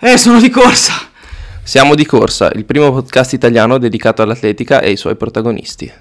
Eh, sono di corsa. Siamo di corsa, il primo podcast italiano dedicato all'atletica e ai suoi protagonisti.